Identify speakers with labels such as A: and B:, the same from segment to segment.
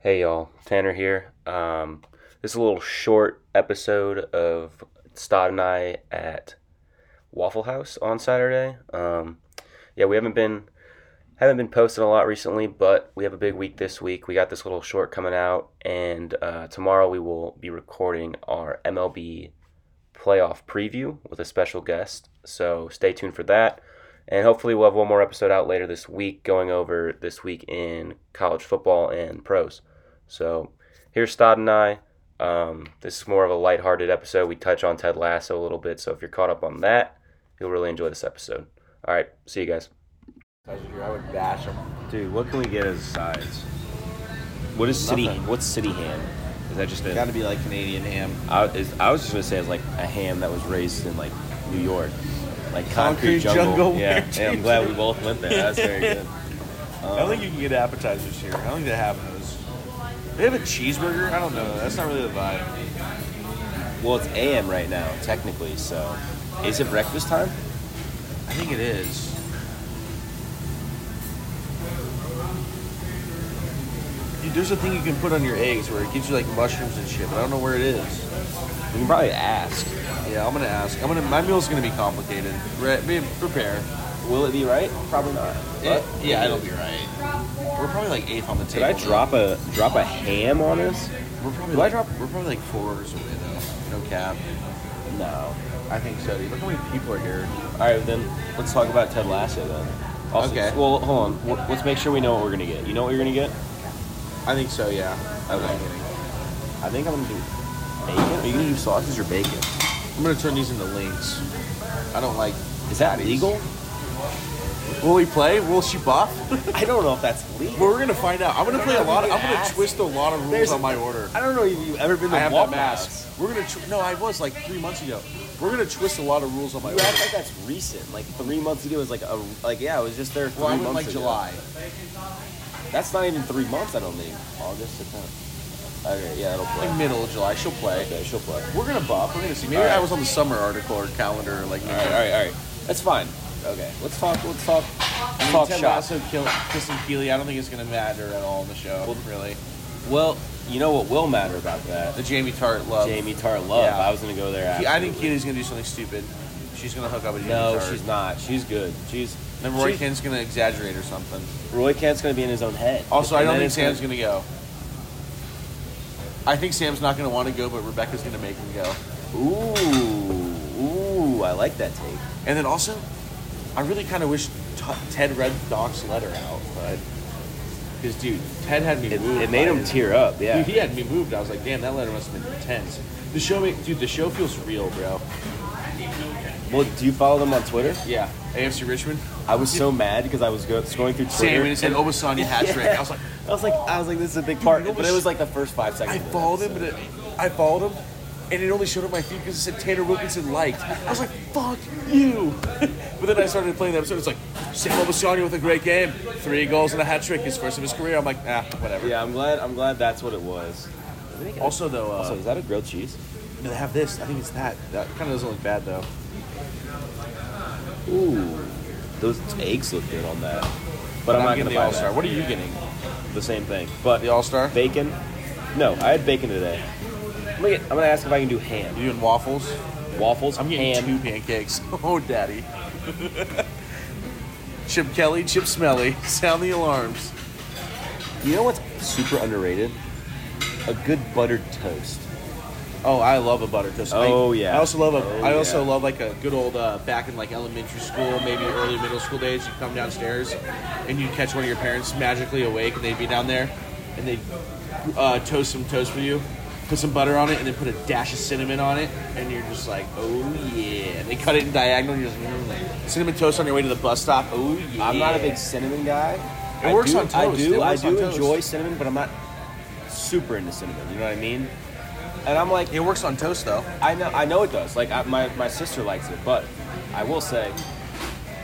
A: Hey y'all, Tanner here. Um, this is a little short episode of Stott and I at Waffle House on Saturday. Um, yeah, we haven't been haven't been posting a lot recently, but we have a big week this week. We got this little short coming out, and uh, tomorrow we will be recording our MLB playoff preview with a special guest. So stay tuned for that. And hopefully, we'll have one more episode out later this week going over this week in college football and pros. So here's Stod and I. Um, this is more of a lighthearted episode. We touch on Ted Lasso a little bit. So if you're caught up on that, you'll really enjoy this episode. All right. See you guys.
B: I would bash them.
C: Dude, what can we get as a size? What is city?
B: Nothing.
C: What's city ham? Is that just
B: Got to
C: a?
B: be like Canadian ham.
C: I, is, I was just gonna say it's like a ham that was raised in like New York, like
B: Concrete
C: concrete,
B: jungle where
C: yeah, yeah, I'm
B: James
C: glad
B: is.
C: we both went there. That's very good.
B: I don't think you can get appetizers here. I don't think they have those. They have a cheeseburger. I don't know. That's not really the vibe.
C: Well, it's AM right now technically, so is it breakfast time?
B: I think it is. Dude, there's a thing you can put on your eggs where it gives you like mushrooms and shit, but I don't know where it is.
C: We can probably ask.
B: Yeah, I'm gonna ask. I'm gonna. My meal's gonna be complicated. Re- be prepare.
C: Will it be right? Probably not.
B: It, yeah, it'll be right. We're probably like eighth on the
C: Did
B: table.
C: I drop a drop a ham on us?
B: We're probably.
C: Did I
B: like,
C: drop-
B: We're probably like fours away though. No cap.
C: No.
B: I think so. Dude. Look how many people are here.
C: All right, then let's talk about Ted Lasso then. Also,
B: Okay.
C: Well, hold on. Wh- Let's make sure we know what we're gonna get. You know what you're gonna get?
B: I think so. Yeah.
C: Okay. I think I'm gonna do bacon. Are you gonna do sausage or bacon?
B: I'm gonna turn these into links. I don't like.
C: Is that
B: patties.
C: legal?
B: Will we play? Will she buff?
C: I don't know if that's
B: But
C: legal.
B: we're gonna find out. I'm gonna play a lot. Of, I'm gonna
C: Ask.
B: twist a lot of rules
C: There's-
B: on my order.
C: I don't know if you've ever been to
B: I have that
C: Waffle
B: mask.
C: House.
B: We're gonna. Tw- no, I was like three months ago. We're gonna twist a lot of rules on my
C: You
B: order.
C: act like that's recent. Like three months ago was like a like yeah, I was just there three
B: Well, I went
C: months
B: like
C: ago.
B: July.
C: That's not even three months. I don't think. August, September. Okay, yeah, it'll
B: Like
C: play.
B: middle of July. She'll play.
C: Okay, she'll play.
B: We're gonna buff. We're gonna see. Maybe
C: All right.
B: I was on the summer article or calendar. Like.
C: All right, all right, all right. That's fine. Okay, let's talk. Let's talk.
B: I
C: Let's
B: mean,
C: talk
B: Ted
C: shop.
B: Lasso, kill, Kristen Keeley. I don't think it's gonna matter at all in the show.
C: Well,
B: really,
C: Well, you know what will matter about that?
B: the Jamie Tart love.
C: Jamie Tart love.
B: Yeah.
C: I was gonna go there.
B: Ke-
C: After.
B: I think Keely's gonna do something stupid. She's gonna hook up with Jamie
C: No,
B: Tart.
C: she's not. She's good. She's.
B: Then Roy
C: she's-
B: Kent's gonna exaggerate or something.
C: Roy Kent's gonna be in his own head.
B: Also, I
C: And
B: don't
C: then
B: think
C: it's
B: Sam's gonna go. I think Sam's not gonna want to go, but Rebecca's gonna make him go.
C: Ooh, ooh, I like that take.
B: And then also, I really kind of wish t- Ted read Doc's letter out, but because dude, Ted had me
C: It,
B: moved.
C: it made
B: by
C: him
B: it.
C: tear up. Yeah.
B: Dude, he had me moved. I was like, damn, that letter must have been intense. The show, make, dude, the show feels real, bro.
C: Well, do you follow them on Twitter?
B: Yeah, AFC Richmond.
C: I was so mad because I was go- scrolling through Twitter.
B: Sam and it said Obasanya hat trick. I was like.
C: I was like, I was like, this is a big
B: Dude,
C: part,
B: you know
C: but
B: what
C: it was
B: sh-
C: like the first five seconds.
B: I
C: of the
B: followed him, but
C: episode.
B: it, I followed him, and it only showed up my feed because it said Tanner Wilkinson liked. I was like, "Fuck you!" but then I started playing the episode. It's like Sam Obasanya with a great game, three goals and a hat trick, his first of his career. I'm like, ah, whatever.
C: yeah, I'm glad. I'm glad that's what it was.
B: Also, though, uh,
C: Also, is that a grilled cheese?
B: do they have this. I think it's that. That kind of doesn't look bad though.
C: Ooh, those eggs look good on that. But I'm, not
B: getting
C: gonna
B: the
C: buy
B: All Star.
C: that.
B: What are you getting?
C: The same thing, but
B: The All Star.
C: bacon. No, I had bacon today. I'm gonna, get, I'm gonna ask if I can do ham,
B: You doing waffles?
C: waffles,
B: I'm getting
C: ham.
B: two pancakes. Oh, daddy. Chip Kelly, Chip Smelly, sound the alarms.
C: You know what's super underrated? A good buttered toast.
B: Oh, I love a butter toast.
C: Oh,
B: I,
C: yeah.
B: I also love a.
C: Oh,
B: I also
C: yeah.
B: love like a good old uh, back in like elementary school, maybe early middle school days. You come downstairs, and you catch one of your parents magically awake, and they'd be down there, and they would uh, toast some toast for you, put some butter on it, and then put a dash of cinnamon on it, and you're just like, oh yeah. And they cut it in diagonal, and you're just mm. cinnamon toast on your way to the bus stop. Oh yeah.
C: I'm not a big cinnamon guy.
B: It
C: I
B: works
C: do,
B: on toast.
C: I do.
B: It
C: I
B: works on
C: do
B: toast.
C: enjoy cinnamon, but I'm not super into cinnamon. You know what I mean? And I'm like,
B: It works on toast though.
C: I know, I know it does. Like I, my my sister likes it, but I will say,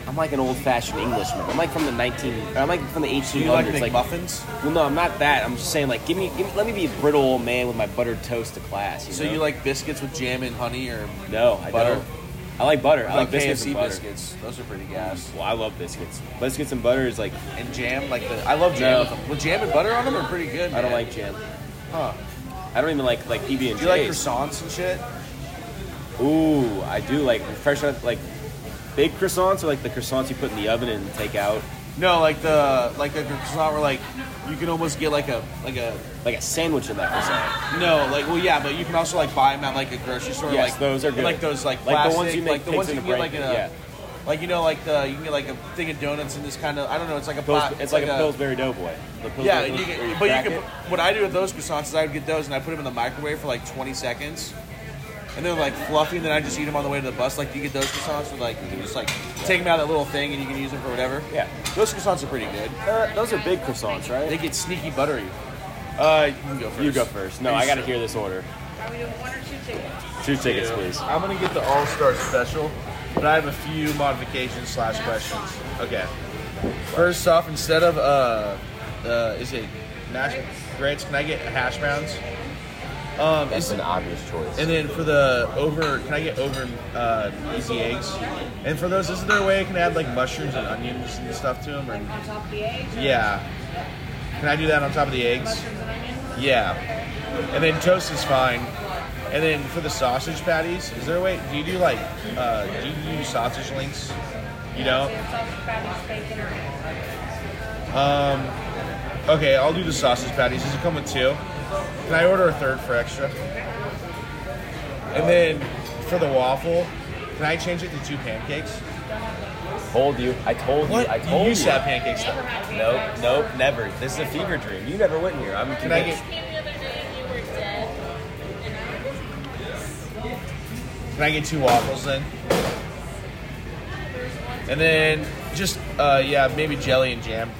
C: I'm like an old-fashioned Englishman. I'm like from the 19. I'm like from the 1800s.
B: Do you like
C: like,
B: McMuffins?
C: well, no, I'm not that. I'm just saying, like, give me, give me, let me be a brittle old man with my buttered toast to class. You
B: so
C: know?
B: you like biscuits with jam and honey, or
C: No, I
B: butter?
C: don't. I like butter. I,
B: I
C: like
B: like
C: biscuits and
B: KFC
C: butter.
B: biscuits. Those are pretty gas.
C: Well, I love biscuits. Biscuits and butter is like
B: And jam, like the I love jam
C: No.
B: with them. With jam and butter on them are pretty good.
C: I don't
B: man.
C: like jam.
B: Huh.
C: I don't even like like PB and
B: Do you like
C: J's.
B: croissants and shit?
C: Ooh, I do like fresh like big croissants or like the croissants you put in the oven and take out
B: No, like the like the croissant where like you can almost get like a like a
C: like a sandwich in that croissant.
B: no like well yeah, but you can also like buy them at like a grocery store.
C: Yes,
B: like
C: those are good.
B: Like those like
C: Like
B: plastic,
C: the ones you make
B: like the
C: pigs
B: ones
C: in
B: you
C: a
B: can get like in
C: blanket,
B: a
C: yeah.
B: like you know like the you can get like a thing of donuts in this kind of I don't know it's like a
C: Pils-
B: pot,
C: it's like, a Pillsbury Doughboy. The Pillsbury
B: Yeah, you
C: where
B: can, but you
C: crack
B: can.
C: it.
B: What I do with those croissants is I would get those and I put them in the microwave for like 20 seconds, and they're like fluffy, and then I just eat them on the way to the bus. Like you get those croissants with like you can just like take them out of that little thing and you can use them for whatever.
C: Yeah.
B: those croissants are pretty good.
C: Uh, those are big croissants, right?
B: They get sneaky buttery.
C: uh, you
B: can go
C: You
B: first.
C: go first. No,
B: Are you
C: I gotta
B: sure?
C: hear this order.
D: Are we doing one or two tickets?
C: Two tickets, please.
B: I'm gonna get the All Star Special, but I have a few modifications slash questions. Okay. First off, instead of uh, uh is it mashed grits? Can I get hash browns? Um, is-
C: obvious choice.
B: And then for the over, can I get over uh, easy eggs? And for those, is there a way I can add like mushrooms and onions and stuff to them? Or,
D: On top of the eggs? or
B: yeah. Can I do that on top of the eggs?
D: Mushrooms and onions?
B: Yeah. And then toast is fine. And then for the sausage patties, is there a way? Do you do like, uh, do you do sausage links? You
D: So
B: know?
D: it's all Sausage, bacon, or eggs.
B: Okay, I'll do the sausage patties. Does it come with two? Can I order a third for extra? And then for the waffle, can I change it to two pancakes?
C: told you. I told
B: What?
C: you. I
B: You
C: told
B: used to have pancakes though.
C: Nope, nope, never. This is a fever dream. You never went here. I'm
B: Can I get
E: came the other day and you were dead. And I was
B: can I get two waffles then? And then just uh, yeah, maybe jelly and jam.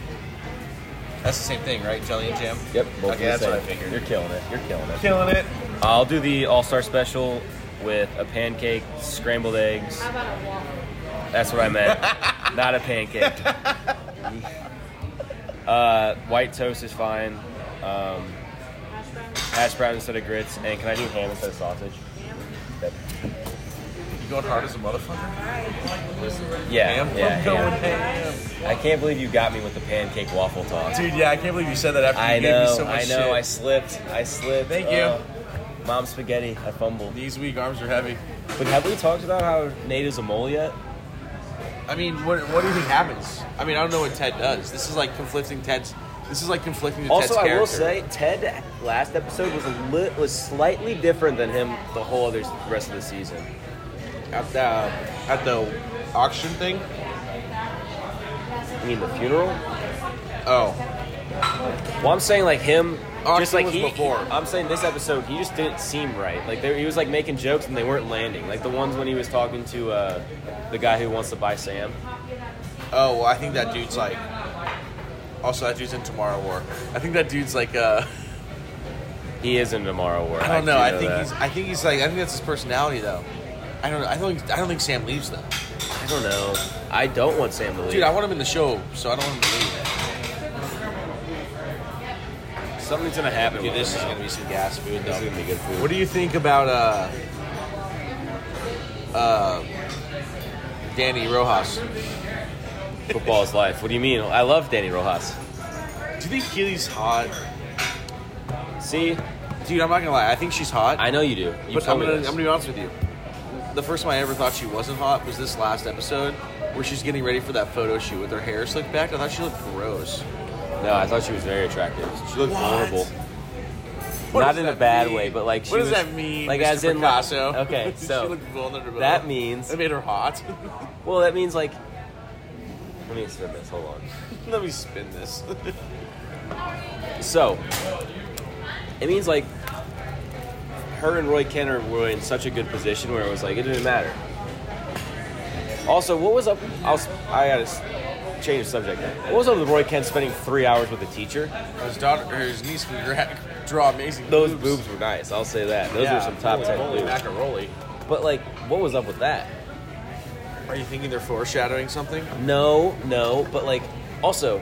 B: That's the same thing, right? Jelly and jam.
C: Yep, both
B: Okay,
C: of
B: that's
C: the
B: what
C: same.
B: I figured.
C: You're killing it. You're killing it.
B: Killing it.
C: I'll do the All Star Special with a pancake, scrambled eggs.
D: How about a waffle?
C: That's what I meant. Not a pancake. Uh, white toast is fine. Um,
D: Hash browns?
C: hash brown instead of grits. And can I do ham instead of sausage?
B: You going hard as a motherfucker?
C: Yeah,
B: Ham? Oh,
C: yeah,
B: I'm going
C: ham.
B: ham.
C: I can't believe you got me with the pancake waffle talk.
B: Dude, yeah, I can't believe you said that after you
C: I
B: gave
C: know,
B: me so much
C: I know.
B: shit.
C: I slipped. I slipped.
B: Thank
C: Oh, Mom spaghetti. I fumbled.
B: Knees weak, arms are heavy.
C: But have we talked about how Nate is a mole yet?
B: I mean, what, what do you think happens? I mean, I don't know what Ted does. This is like conflicting Ted's. This is like conflicting with
C: Also,
B: Ted's
C: I
B: character.
C: will say Ted last episode was a lit was slightly different than him the whole other s- rest of the season.
B: at the at the auction thing.
C: I mean the funeral.
B: Oh,
C: Well, I'm saying like him,
B: Austin
C: just like
B: Oh, was
C: he,
B: before.
C: I'm saying this episode, he just didn't seem right. Like there, he was like making jokes and they weren't landing. Like the ones when he was talking to uh, the guy who wants to buy Sam.
B: oh, well, I think that dude's like. Also, that dude's in Tomorrow War. I think that dude's like. Uh,
C: He is in Tomorrow War.
B: I don't know. I
C: do
B: think
C: that.
B: he's. I think he's like. I think that's his personality, though. I don't. know. I don't. think- I don't think Sam leaves though.
C: I don't know. I don't want Sam to leave.
B: Dude, I want him in the show, so I don't want him to leave.
C: Something's gonna happen.
B: Dude,
C: with
B: this
C: him,
B: is gonna be some gas food,
C: though. This is
B: though.
C: gonna be good food.
B: What do you think about uh, uh, Danny Rojas? Do
C: Football is life. What do you mean? I love Danny Rojas.
B: you think Keely's hot?
C: See,
B: Dude, I'm not gonna lie. I think she's hot.
C: I know you do. You
B: but I'm
C: told me
B: gonna, I'm
C: this.
B: gonna be honest with you. The first time I ever thought she wasn't hot was this last episode where she's getting ready for that photo shoot with her hair slicked back. I thought she looked gross.
C: No, I thought she was very attractive. She looked
B: What?
C: vulnerable.
B: What
C: Not
B: does
C: in a
B: that
C: bad
B: mean?
C: way, but like she
B: what
C: was,
B: does that mean?
C: Like
B: Mr.
C: as in like-
B: Picasso.
C: okay, so
B: she looked vulnerable.
C: that means-
B: that made her hot.
C: well that means like let me spin this. Hold on.
B: Let me spin this.
C: So, it means like her and Roy Kenner were in such a good position where it was like it didn't matter. Also, what was up? I'll, s- I gotta s- change the subject. What was up with Roy Kent spending three hours with a teacher?
B: his daughter, or his niece, can gra- draw amazing.
C: Those boobs, were nice. I'll say that. Those were some top ten boobs.
B: macaroni.
C: But like, what was up with that?
B: Are you thinking they're foreshadowing something?
C: No, no, but like, also,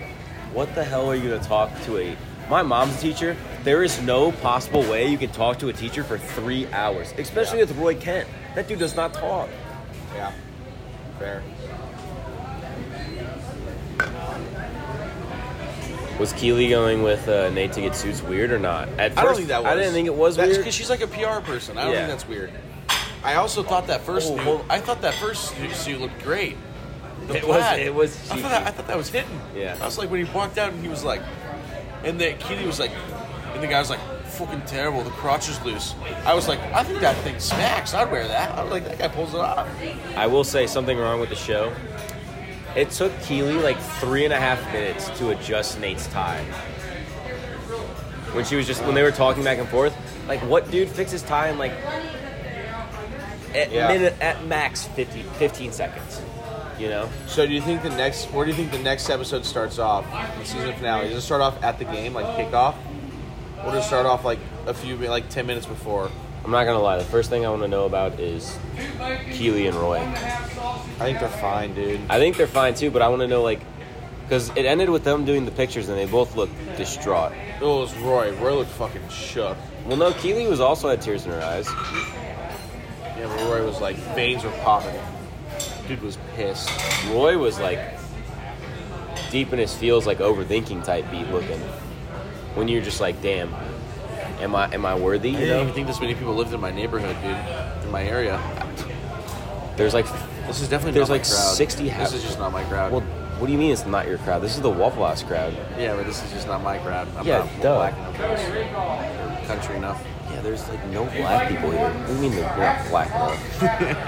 C: what the hell are you gonna talk to a? My mom's a teacher. There is no possible way you can talk to a teacher for three hours, especially
B: Yeah.
C: with Roy Kent. That dude does not talk.
B: Yeah. Fair.
C: Was Keely going with uh, Nate to get suits weird or not? At first,
B: I don't think that was.
C: I didn't think it was
B: That's
C: weird.
B: because she's like a PR person. I don't
C: Yeah.
B: think that's weird. I also thought that first.
C: Oh,
B: suit-
C: hold-
B: I thought that first suit- suit looked great. The
C: It was-
B: plaid.
C: it was
B: I
C: cheeky.
B: thought, that, I thought that was hidden.
C: Yeah.
B: I was like when he walked out and he was like, and the Keely was like, and the guy was like, fucking terrible. The crotch is loose. I was like, I think that thing smacks. I'd wear that. I was like, that guy pulls it off.
C: I will say something wrong with the show. It took Keely like three and a half minutes to adjust Nate's tie. When she was just when they were talking back and forth, like what dude fixes tie in like at
B: Yeah.
C: minute at max 50, 15 seconds, you know?
B: So do you think the next? Where do you think the next episode starts off? The season finale. Does it start off at the game, like kickoff, or does it start off like a few, like ten minutes before?
C: I'm not gonna lie. The first thing I want to know about is Keely and Roy.
B: I think they're fine, dude.
C: I think they're fine too, but I want to know like because it ended with them doing the pictures and they both looked distraught.
B: It was Roy. Roy looked fucking shook.
C: Well, no, Keely was also had tears in her eyes.
B: Yeah, but Roy was like veins were popping. Dude was pissed.
C: Roy was like deep in his feels, like overthinking type beat looking. When you're just like, damn, am I am I worthy?
B: I
C: You
B: didn't
C: know,
B: even think this many people lived in my neighborhood, dude. In my area.
C: there's like,
B: This is definitely
C: There's
B: not
C: like
B: my crowd.
C: 60
B: This
C: houses.
B: is just not my crowd.
C: well, what do you mean it's not your crowd? This is the Waffle House crowd.
B: yeah, but this is just not my crowd. I'm
C: Yeah,
B: not
C: duh.
B: black enough for this. Or country enough.
C: Yeah, there's like no black people here. What do you mean they're not black? Though?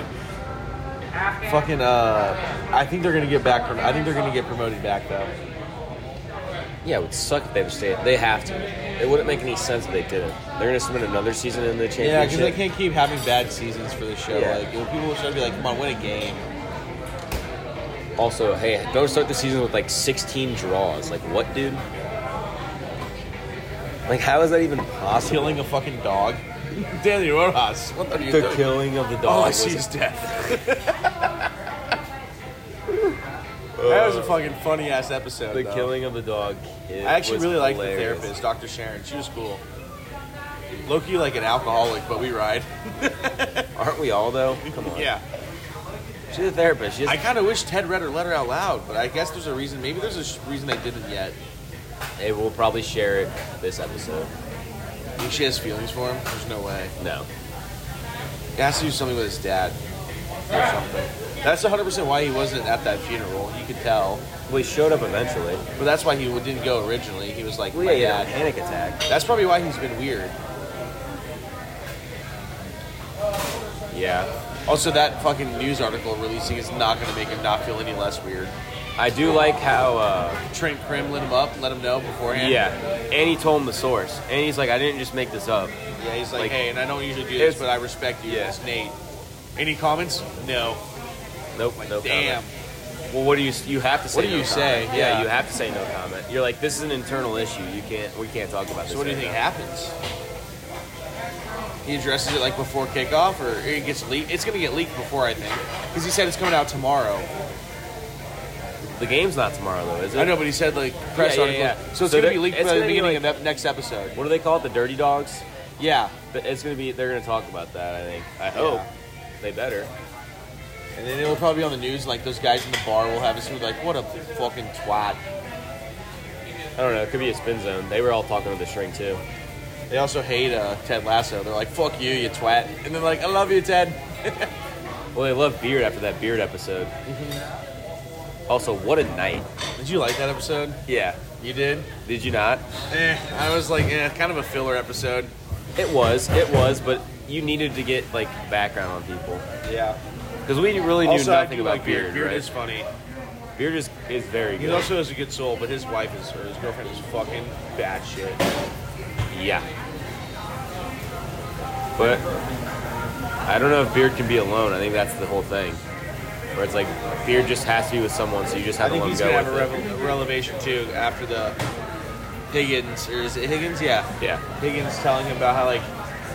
B: Fucking uh I think they're gonna get back prom- I think they're gonna get promoted back though.
C: Yeah, it would suck if they would stay. They have to. It wouldn't make any sense if they didn't. They're gonna spend another season in the
B: Yeah, because
C: championship.
B: they can't keep having bad seasons for this show.
C: Yeah.
B: Like you know, people should be like, come on, win a game.
C: Also, hey, don't start the season with like 16 draws. Like, what, dude? Like, how is that even possible?
B: Killing a fucking dog. Danny Rojas, what are you
C: the
B: doing?
C: killing of the dog.
B: All Oh, I
C: was-
B: see is death. that was a fucking funny ass episode.
C: the
B: though.
C: killing of the dog. It
B: I actually
C: was
B: really liked the
C: hilarious.
B: therapist, Dr. Sharon. She was cool. Loki like an alcoholic, but we ride.
C: Aren't we all though? Come on.
B: yeah.
C: She's a therapist. She's,
B: I kind of wish Ted read her letter out loud, but I guess there's a reason. Maybe there's a sh- reason they didn't yet.
C: Hey, we'll probably share it this episode.
B: I mean, she has feelings for him. There's no way.
C: No.
B: He has to do something with his dad or something. That's 100% why he wasn't at that funeral. You could tell.
C: Well, he showed up eventually.
B: But that's why he didn't go originally. He was like,
C: Well,
B: my
C: yeah, he had a
B: dad.
C: panic attack.
B: That's probably why he's been weird.
C: Yeah.
B: Also, that fucking news article releasing is not going to make him not feel any less weird.
C: I do like how. Uh,
B: Trent Krim let him up, let him know beforehand.
C: yeah. And he told him the source. And he's like, I didn't just make this up.
B: Yeah, he's like,
C: Like-
B: hey, and I don't usually do
C: It's-
B: this, but I respect you.
C: Yeah.
B: It's Nate. Any comments? No.
C: Nope. no comment.
B: Damn.
C: Well, what do you you have to say?
B: What do
C: no
B: you
C: comment.
B: say?
C: Yeah.
B: Yeah.
C: you have to say no comment. You're like this is an internal issue. You can't we can't talk about this.
B: So what do you
C: right
B: think
C: now.
B: happens? He addresses it like before kickoff, or it gets leaked. It's gonna get leaked before I think, because he said it's coming out tomorrow.
C: The game's not tomorrow though, is it?
B: I know, but he said like press
C: Yeah,
B: article,
C: yeah, yeah.
B: so it's
C: So
B: gonna
C: they're-
B: be leaked
C: it's
B: by the
C: gonna be
B: beginning of of next episode.
C: What do they call it? The Dirty Dogs.
B: Yeah,
C: But It's gonna be. They're gonna talk about that. I think. I hope they better.
B: and then it'll probably be on the news. Like those guys in the bar will have us be like, "What a fucking twat."
C: I don't know. It could be a spin zone. They were all talking to the shrink too.
B: They also hate uh, Ted Lasso. They're like, "Fuck you, you twat," and they're like, "I love you, Ted."
C: Well, they love Beard after that Beard episode.
B: Mm-hmm.
C: Also, what a night.
B: Did you like that episode?
C: Yeah.
B: You did.
C: Did you not?
B: Eh, I was like, eh, kind of a filler episode.
C: It was. It was. But you needed to get like background on people
B: Yeah.
C: because we really knew
B: also,
C: nothing
B: I do
C: about
B: like Beard. Beard,
C: right?
B: is funny.
C: Beard is is very
B: He
C: good.
B: also has a good soul, but his wife is or his girlfriend is fucking bad shit.
C: Yeah. But I don't know if Beard can be alone. I think that's the whole thing. Where it's like Beard just has to be with someone, so you just
B: I
C: have to
B: think
C: let him
B: he's
C: go
B: gonna have a
C: with it.
B: revel- revelation too after the Higgins or is it Higgins? Yeah.
C: yeah.
B: Higgins telling him about how like,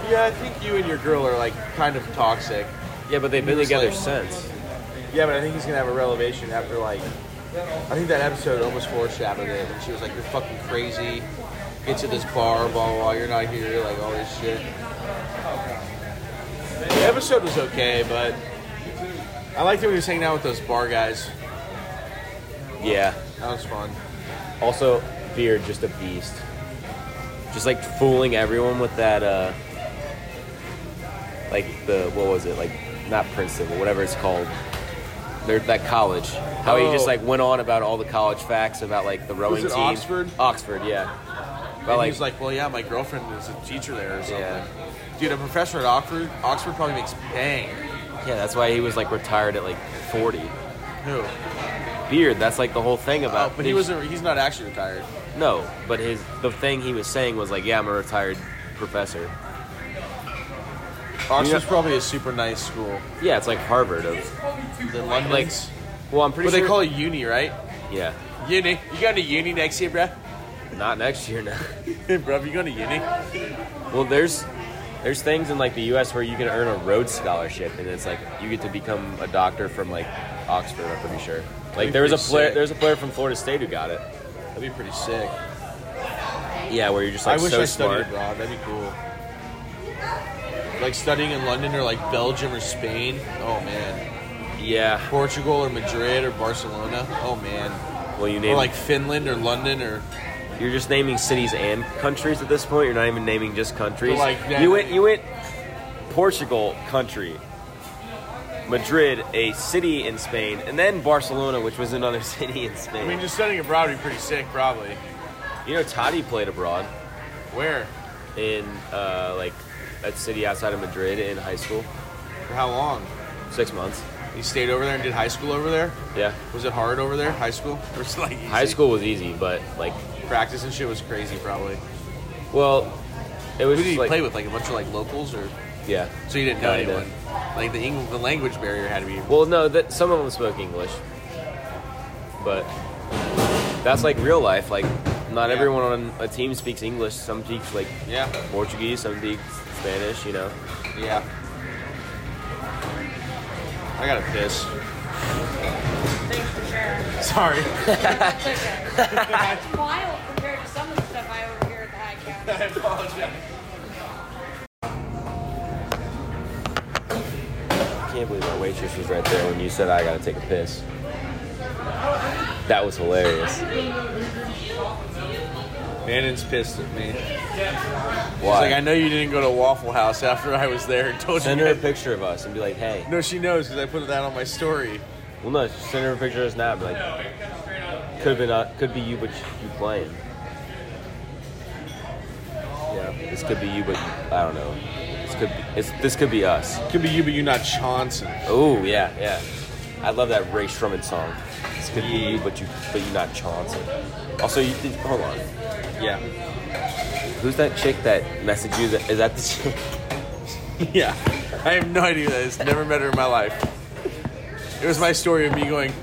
B: yeah, I think you and your girl are like kind of toxic.
C: Yeah, but they've been
B: He's
C: together
B: like-
C: since.
B: Yeah, but I think he's gonna have a revelation after like, I think that episode almost foreshadowed it, and she was like, "You're fucking crazy. Get to this bar, blah blah. blah. You're not here, like all this shit." The episode was okay, but I liked it when he was hanging out with those bar guys.
C: Yeah.
B: That was fun.
C: Also, Beard just a beast. Just like fooling everyone with that, uh, like the what was it? Like not Princeton, but whatever it's called. There, that college. How he just
B: Oh.
C: like went on about all the college facts about like the rowing
B: it
C: team.
B: Oxford?
C: Oxford, yeah.
B: And
C: But like,
B: he's like, well, yeah, my girlfriend is a teacher there or something.
C: Yeah.
B: Dude, a professor at Oxford, Oxford probably makes bang.
C: yeah, that's why he was like retired at like 40.
B: Who?
C: Beard, that's like the whole thing
B: Oh,
C: about.
B: but he was a, he's not actually retired.
C: no, but his the thing he was saying was like, yeah, I'm a retired professor.
B: Oxford's probably a super nice school.
C: Yeah, it's like Harvard of.
B: The London's.
C: Well, I'm pretty
B: what they
C: sure.
B: call it uni, right?
C: yeah,
B: Uni. You going to uni next year, bruh?
C: not next year now.
B: bruh, you going to uni?
C: Well, there's there's things in like the U.S. where you can earn a Rhodes scholarship, and it's like you get to become a doctor from like Oxford. I'm pretty sure. Like there was a
B: Pretty
C: player,
B: sick.
C: there was a player from Florida State who got it.
B: That'd be pretty sick.
C: Yeah, where you're just like
B: I wish
C: so
B: I
C: smart.
B: studied abroad. That'd be cool. Like studying in London or like Belgium or Spain. Oh man.
C: Yeah.
B: Portugal or Madrid or Barcelona. Oh man.
C: Well, you
B: Or
C: name
B: like Finland or London or
C: you're just naming cities and countries at this point. You're not even naming just countries.
B: Like, yeah.
C: you went you went Portugal country. Madrid, a city in Spain, and then Barcelona, which was another city in Spain.
B: I mean just studying abroad would be pretty sick probably.
C: you know, Totti played abroad.
B: Where?
C: in uh, like a city outside of Madrid in high school.
B: For how long?
C: Six months.
B: You stayed over there and did high school over there?
C: Yeah.
B: Was it hard over there? High school? Or was it like easy?
C: High school was easy, but like,
B: practice and shit was crazy probably.
C: well, it
B: Who
C: was
B: did
C: just,
B: you
C: like,
B: play with? Like a bunch of like locals or
C: yeah.
B: so you didn't know
C: No, I didn't.
B: anyone. Like the English, the language barrier had to be
C: Well, no, that some of them spoke English, but that's like real life. Like, not
B: Yeah.
C: everyone on a team speaks English. Some speak like
B: Yeah.
C: Portuguese, some speak Spanish. You know.
B: Yeah. I gotta piss.
D: Thanks for sharing.
B: Sorry.
D: It's okay. It's wild compared to some of the stuff I overhear at the high council.
B: I apologize.
C: I can't believe our waitress was right there when you said I gotta take a piss. That was hilarious.
B: Bannon's pissed at me. He's
C: Why?
B: like, I know you didn't go to Waffle House after I was there and told
C: Send
B: you.
C: her a
B: guys-
C: picture of us and be like, hey.
B: No, she knows because I put that on my story.
C: Well, no, just send her a picture of us now. Be like, could have been, uh, could be you, but you playing. Yeah, this could be you, but I don't know. This could be, it's, this could be us.
B: Could be you, but you not Chauncey.
C: Oh yeah, yeah. I love that Ray Shrumman song. This could be you, but you, but you not Chauncey. Also, you did, hold on.
B: Yeah.
C: Who's that chick that messaged you? That, is that the chick?
B: Yeah. I have no idea who that is. Never met her in my life. It was my story of me going,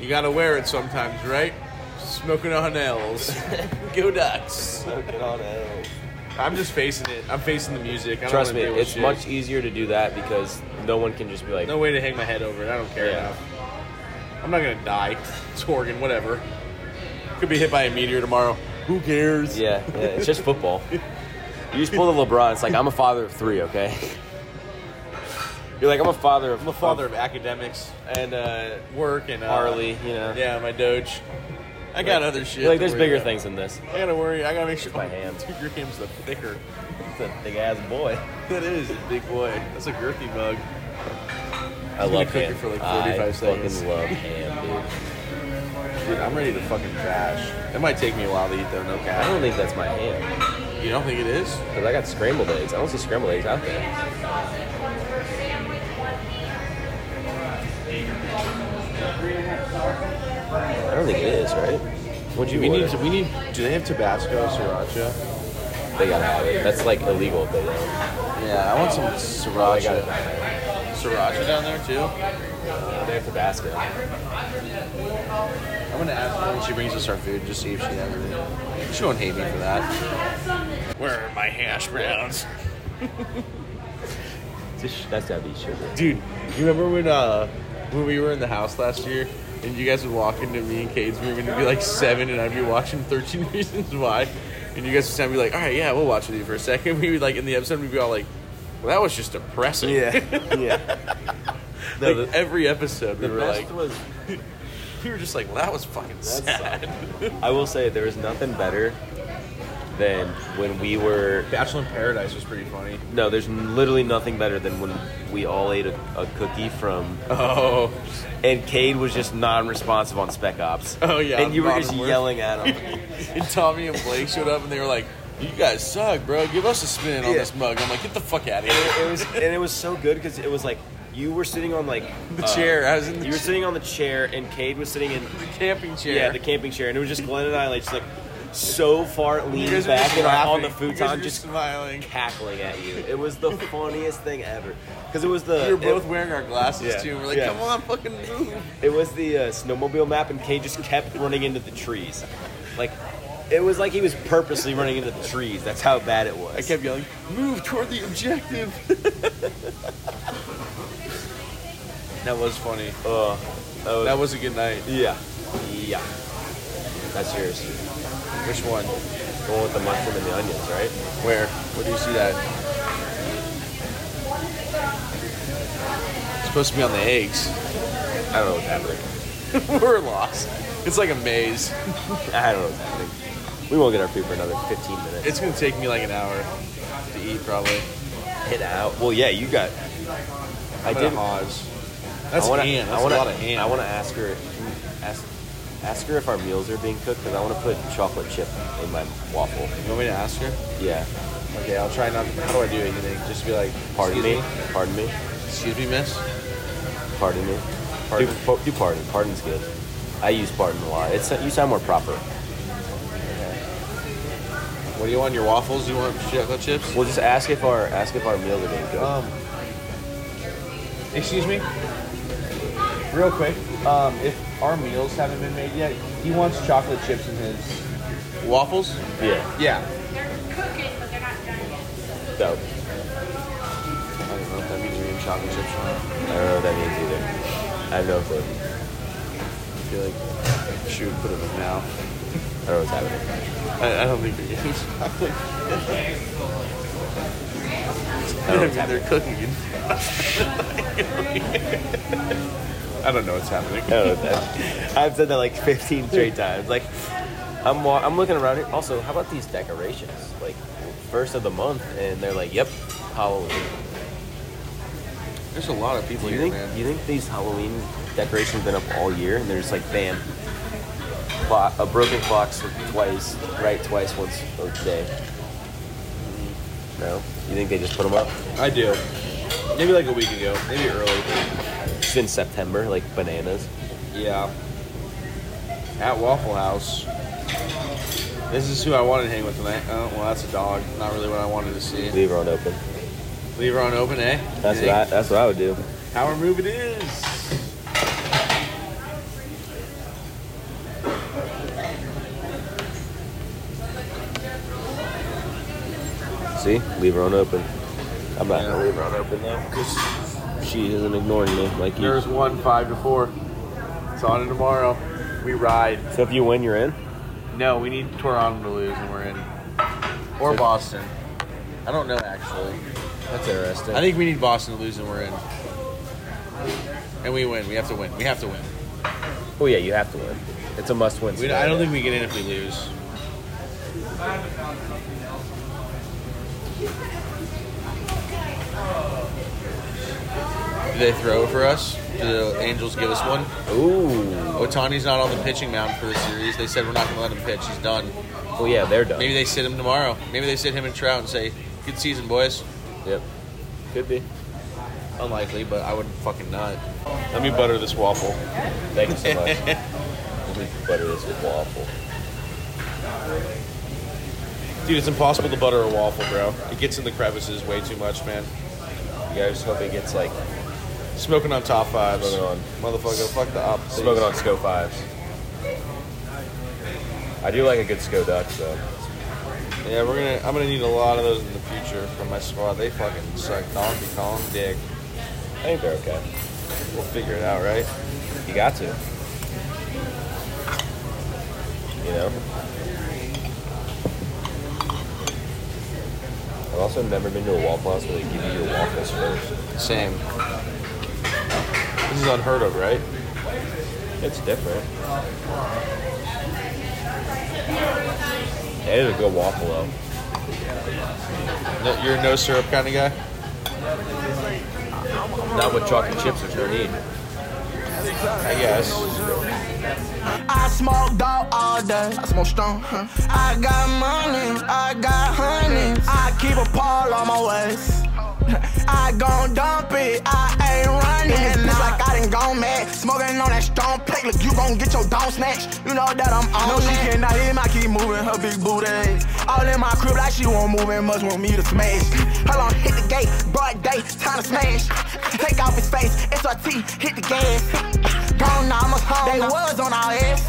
B: you gotta wear it sometimes, right? Smoking on L's. Go Ducks. I'm just facing it. I'm facing the music. I don't
C: Trust
B: wanna
C: me,
B: deal with
C: it's
B: shit.
C: much easier to do that because no one can just be like,
B: No way to hang my head over it. I don't care
C: Yeah.
B: enough. I'm not gonna die. It's Oregon, whatever. Could be hit by a meteor tomorrow. Who cares?
C: Yeah, yeah, it's just football. You just pull the LeBron. It's like I'm a father of three, okay? You're like I'm a father of
B: I'm the father of academics
C: and uh,
B: work and uh,
C: Harley, you know.
B: Yeah, my Doge. I got other shit.
C: You're like
B: to
C: there's
B: worry
C: bigger
B: about.
C: things than this.
B: I gotta worry. I gotta make sure
C: My
B: oh,
C: hand.
B: dude, your ham's the thicker.
C: It's a big ass boy.
B: That is a big boy. That's a girthy bug.
C: I
B: He's
C: love
B: gonna cook
C: ham.
B: it for, like,
C: I
B: 45 seconds.
C: fucking love ham,
B: Dude, I'm ready to fucking crash. It might take me a while to eat though. No
C: dude. I
B: cap.
C: don't think that's my ham
B: You don't think it is?
C: because I got scrambled eggs. I don't see scrambled eggs out there. I don't think it is, right? What'd you
B: we
C: order?
B: need. To, we need. Do they have Tabasco sriracha?
C: They gotta have it. That's like illegal if they don't.
B: Yeah, I want some sriracha. Sriracha down there too.
C: They have Tabasco.
B: I'm gonna ask her when she brings us our food, just see if she has it. She won't hate me for that. Where are my hash browns?
C: That's gotta be sugar.
B: Dude, you remember when uh when we were in the house last year and you guys would walk into me and Cade's room and it'd be like seven and I'd be watching Thirteen Reasons Why, and you guys would sound be like, all right, yeah, we'll watch with you for a second. We would like in the episode we'd be all like, well, that was just depressing.
C: yeah.
B: Like,
C: the-
B: every episode, we
C: The
B: were
C: best
B: like,
C: was
B: we were just like, well, that was fucking sad.
C: I will say there was nothing better than when we were
B: Bachelor in Paradise was pretty funny.
C: no. There's literally nothing better than when we all ate a, a cookie from
B: Oh,
C: and Cade was just non-responsive on Spec Ops.
B: Oh, yeah,
C: and you were
B: bottom
C: just
B: left.
C: yelling at him.
B: and Tommy and Blake showed up, and they were like, "You guys suck, bro. Give us a spin on
C: Yeah.
B: this mug." I'm like, "Get the fuck out of here."
C: it, it was and it was so good because it was like you were sitting on like
B: The
C: uh,
B: chair. I was in the,
C: You were sitting on the chair and Cade was sitting in
B: the camping chair.
C: yeah the camping chair and it was just Glenn and I like just like so far
B: You
C: leaning
B: guys were
C: back
B: just
C: and like, on
B: laughing. You
C: the
B: guys were
C: futon just
B: smiling.
C: cackling at you. It was the funniest thing ever because it was the
B: We were both
C: it-
B: wearing our glasses
C: Yeah.
B: too. We're like,
C: Yeah.
B: "Come on, fucking move."
C: It was the uh, snowmobile map, and Kay just kept running into the trees. Like, it was like he was purposely running into the trees. That's how bad it was.
B: I kept yelling, "Move toward the objective." that was funny.
C: Uh, oh,
B: That was a good night.
C: yeah, yeah. That's yours.
B: Which one?
C: The one with the mushroom and the onions, right?
B: Where? Where do you see that? It's supposed to be on the eggs.
C: I don't know what's happening.
B: We're lost. It's like a maze.
C: I don't know what's happening. We won't get our food for another 15 minutes.
B: It's gonna take me like an hour to eat probably.
C: hit out. Well, yeah, you got. I
B: I'm at
C: did.
B: Hodge. That's
C: I wanna,
B: ham. That's
C: I wanna,
B: a lot of ham.
C: I want to ask her. Ask, ask her if our meals are being cooked because I want to put chocolate chip in my waffle.
B: you want me to ask her?
C: Yeah.
B: Okay, I'll try not. How do I do anything? Just be like,
C: Pardon me.
B: "Excuse
C: Pardon me.
B: Excuse me, miss.
C: Pardon me.
B: Pardon?
C: Do, po- do pardon. Pardon's good. I use pardon a lot. It's you sound more proper.
B: What do you want? Your waffles? You want chocolate chips?
C: We'll just ask if our ask if our meals are being cooked.
B: Um. Excuse me. Real quick, um, if our meals haven't been made yet, he wants chocolate chips in his waffles.
C: yeah.
B: Yeah.
D: They're cooking, but they're not done yet.
C: No.
B: I don't know if that means you're eating chocolate chips. Or not.
C: I don't know what that means either. I have no clue.
B: I feel like she would put it in now.
C: I don't know what's happening.
B: I, I don't think they're eating chocolate. I mean, they're cooking. I don't know what's happening.
C: I don't know what that. I've said that like 15 straight times. Like, I'm wa- I'm looking around here. Also, how about these decorations? Like, first of the month, and they're like, "Yep, Halloween."
B: There's a lot of people
C: Do you
B: here,
C: think
B: man.
C: you think these Halloween decorations have been up all year and they're just like bam, clock, a broken clock so twice, right twice once a day? No, you think they just put them up?
B: I do. Maybe like a week ago, maybe early.
C: It's in September, like bananas.
B: Yeah. At Waffle House. This is who I wanted to hang with tonight. Oh, well, that's a dog. Not really what I wanted to see.
C: Leave her on open.
B: Leave her on open, eh?
C: That's
B: You
C: what I,
B: think?
C: that's what I would do.
B: Power move it is.
C: See, leave her on open. I'm not gonna leave her on open though. 'cause She isn't ignoring me like you.
B: There's one, five to four. It's on it tomorrow. We ride.
C: So if you win, you're in.
B: No, we need Toronto to lose, and we're in. Or Boston. I don't know, actually.
C: That's interesting.
B: I think we need Boston to lose, and we're in. And we win. We have to win. We have to win.
C: oh yeah, you have to win. It's a must-win.
B: We, I don't think we get in if we lose. Do they throw for us? Do the Angels give us one?
C: Ooh.
B: Otani's not on the pitching mound for the series. They said we're not going to let him pitch. He's done.
C: Well, yeah, they're done.
B: Maybe they sit him tomorrow. Maybe they sit him and Trout and say, "Good season, boys."
C: Yep. Could be.
B: Unlikely, but I wouldn't fucking not.
C: Let me butter this waffle. Thank you so much. Let me butter this with waffle.
B: Dude, it's impossible to butter a waffle, bro. It gets in the crevices way too much, man.
C: Yeah, I just hope it gets like
B: Smoking on top fives.
C: Smoking on-
B: Motherfucker, fuck the op. please.
C: smoking on SCO fives. I do like a good SCO duck though.
B: Yeah, we're gonna. I'm gonna need a lot of those in the future from my squad. They fucking suck Donkey Kong dick.
C: I think they're okay.
B: We'll figure it out, right?
C: You got to. You know. I've also never been to a Waffle House where they give you your waffles first.
B: Same. This is unheard of, right?
C: It's different. It is a good waffle though.
B: No, you're a no syrup kind of guy.
C: Not with chocolate chips, which no need.
B: I guess.
F: I smoke dog all day. I smoke strong. Huh? I got money. I got honey. I keep a pole on my waist. I gon' dump it. I ain't running. It's bitch like I done gone mad. Smoking on that strong plate. Look, you gon' get your dog snatched. You know that I'm on No, she cannot hit my keep moving her big booty. All in my crib like she won't move and must want me to smash. Hold on, hit the gate. Broad day, time to smash. Take off his face. SRT, hit the gas. Gone now, I'm a home. They was on our ass.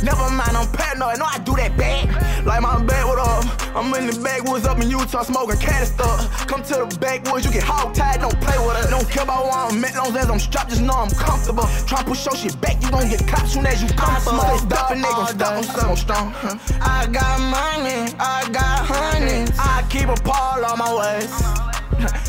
F: Never mind, I'm paranoid. No, I do that bad. Like my bag, what up? I'm in the backwoods up in Utah smoking canister. Come to the backwoods, you get hog tied, don't play with us. Don't care about where I'm at, long as I'm strapped, just know I'm comfortable. Try push your shit back, you gon' get caught soon as you come for us. Stop and they gon' stop, I'm so strong. huh? I got money, I got honey. I keep a pole on my waist.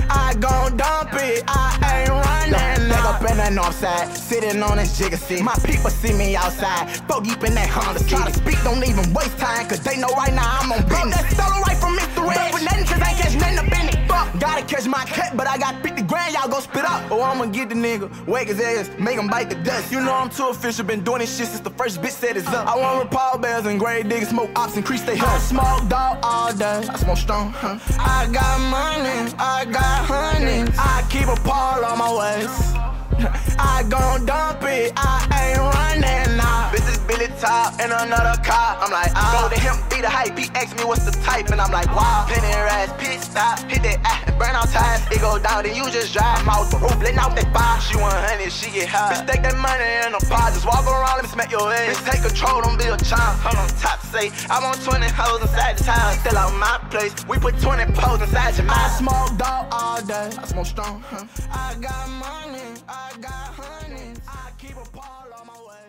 F: I gon' dump it, I ain't running. Leg up in the north side, sitting on this jigger seat. My people see me outside, four deep in that Honda seat. Try to speak, don't even waste time, cause they know right now I'm on business. That's solo right from Mr. Red. But nothing, cause I ain't catch nothing up in it. Fuck, gotta catch my cut, but I got 50 grand, y'all gon' spit up. Or Oh, I'ma get the nigga, wake his ass, make him bite the dust. You know I'm too official, been doing this shit since the first bitch said it's up. I want Rapal bells and grade diggers, smoke ops, increase they health. I smoke dog all day, I smoke strong. Huh? I got money, I got honey. I keep a pole on my waist. I gon' dump it, I ain't running now. Bitch is Billy Top in another car. I'm like, ah. Go to him, be the hype. He asked me what's the type, and I'm like, wow. Penny rats, pit stop, hit that ah, and burn out tires. It go down, then you just drive. I'm out the roof, letting out that fire. She 100, she get high. Bitch, take that money in a pot, just walk around and smack your ass. Bitch, take control, don't be a child. I'm on top, say, I'm on 20 hoes inside the town. Still out my place, we put 20 poles inside your mouth. I smoke dog all day, I smoke strong. Huh? I got money, I got honey, I keep a pole on my way.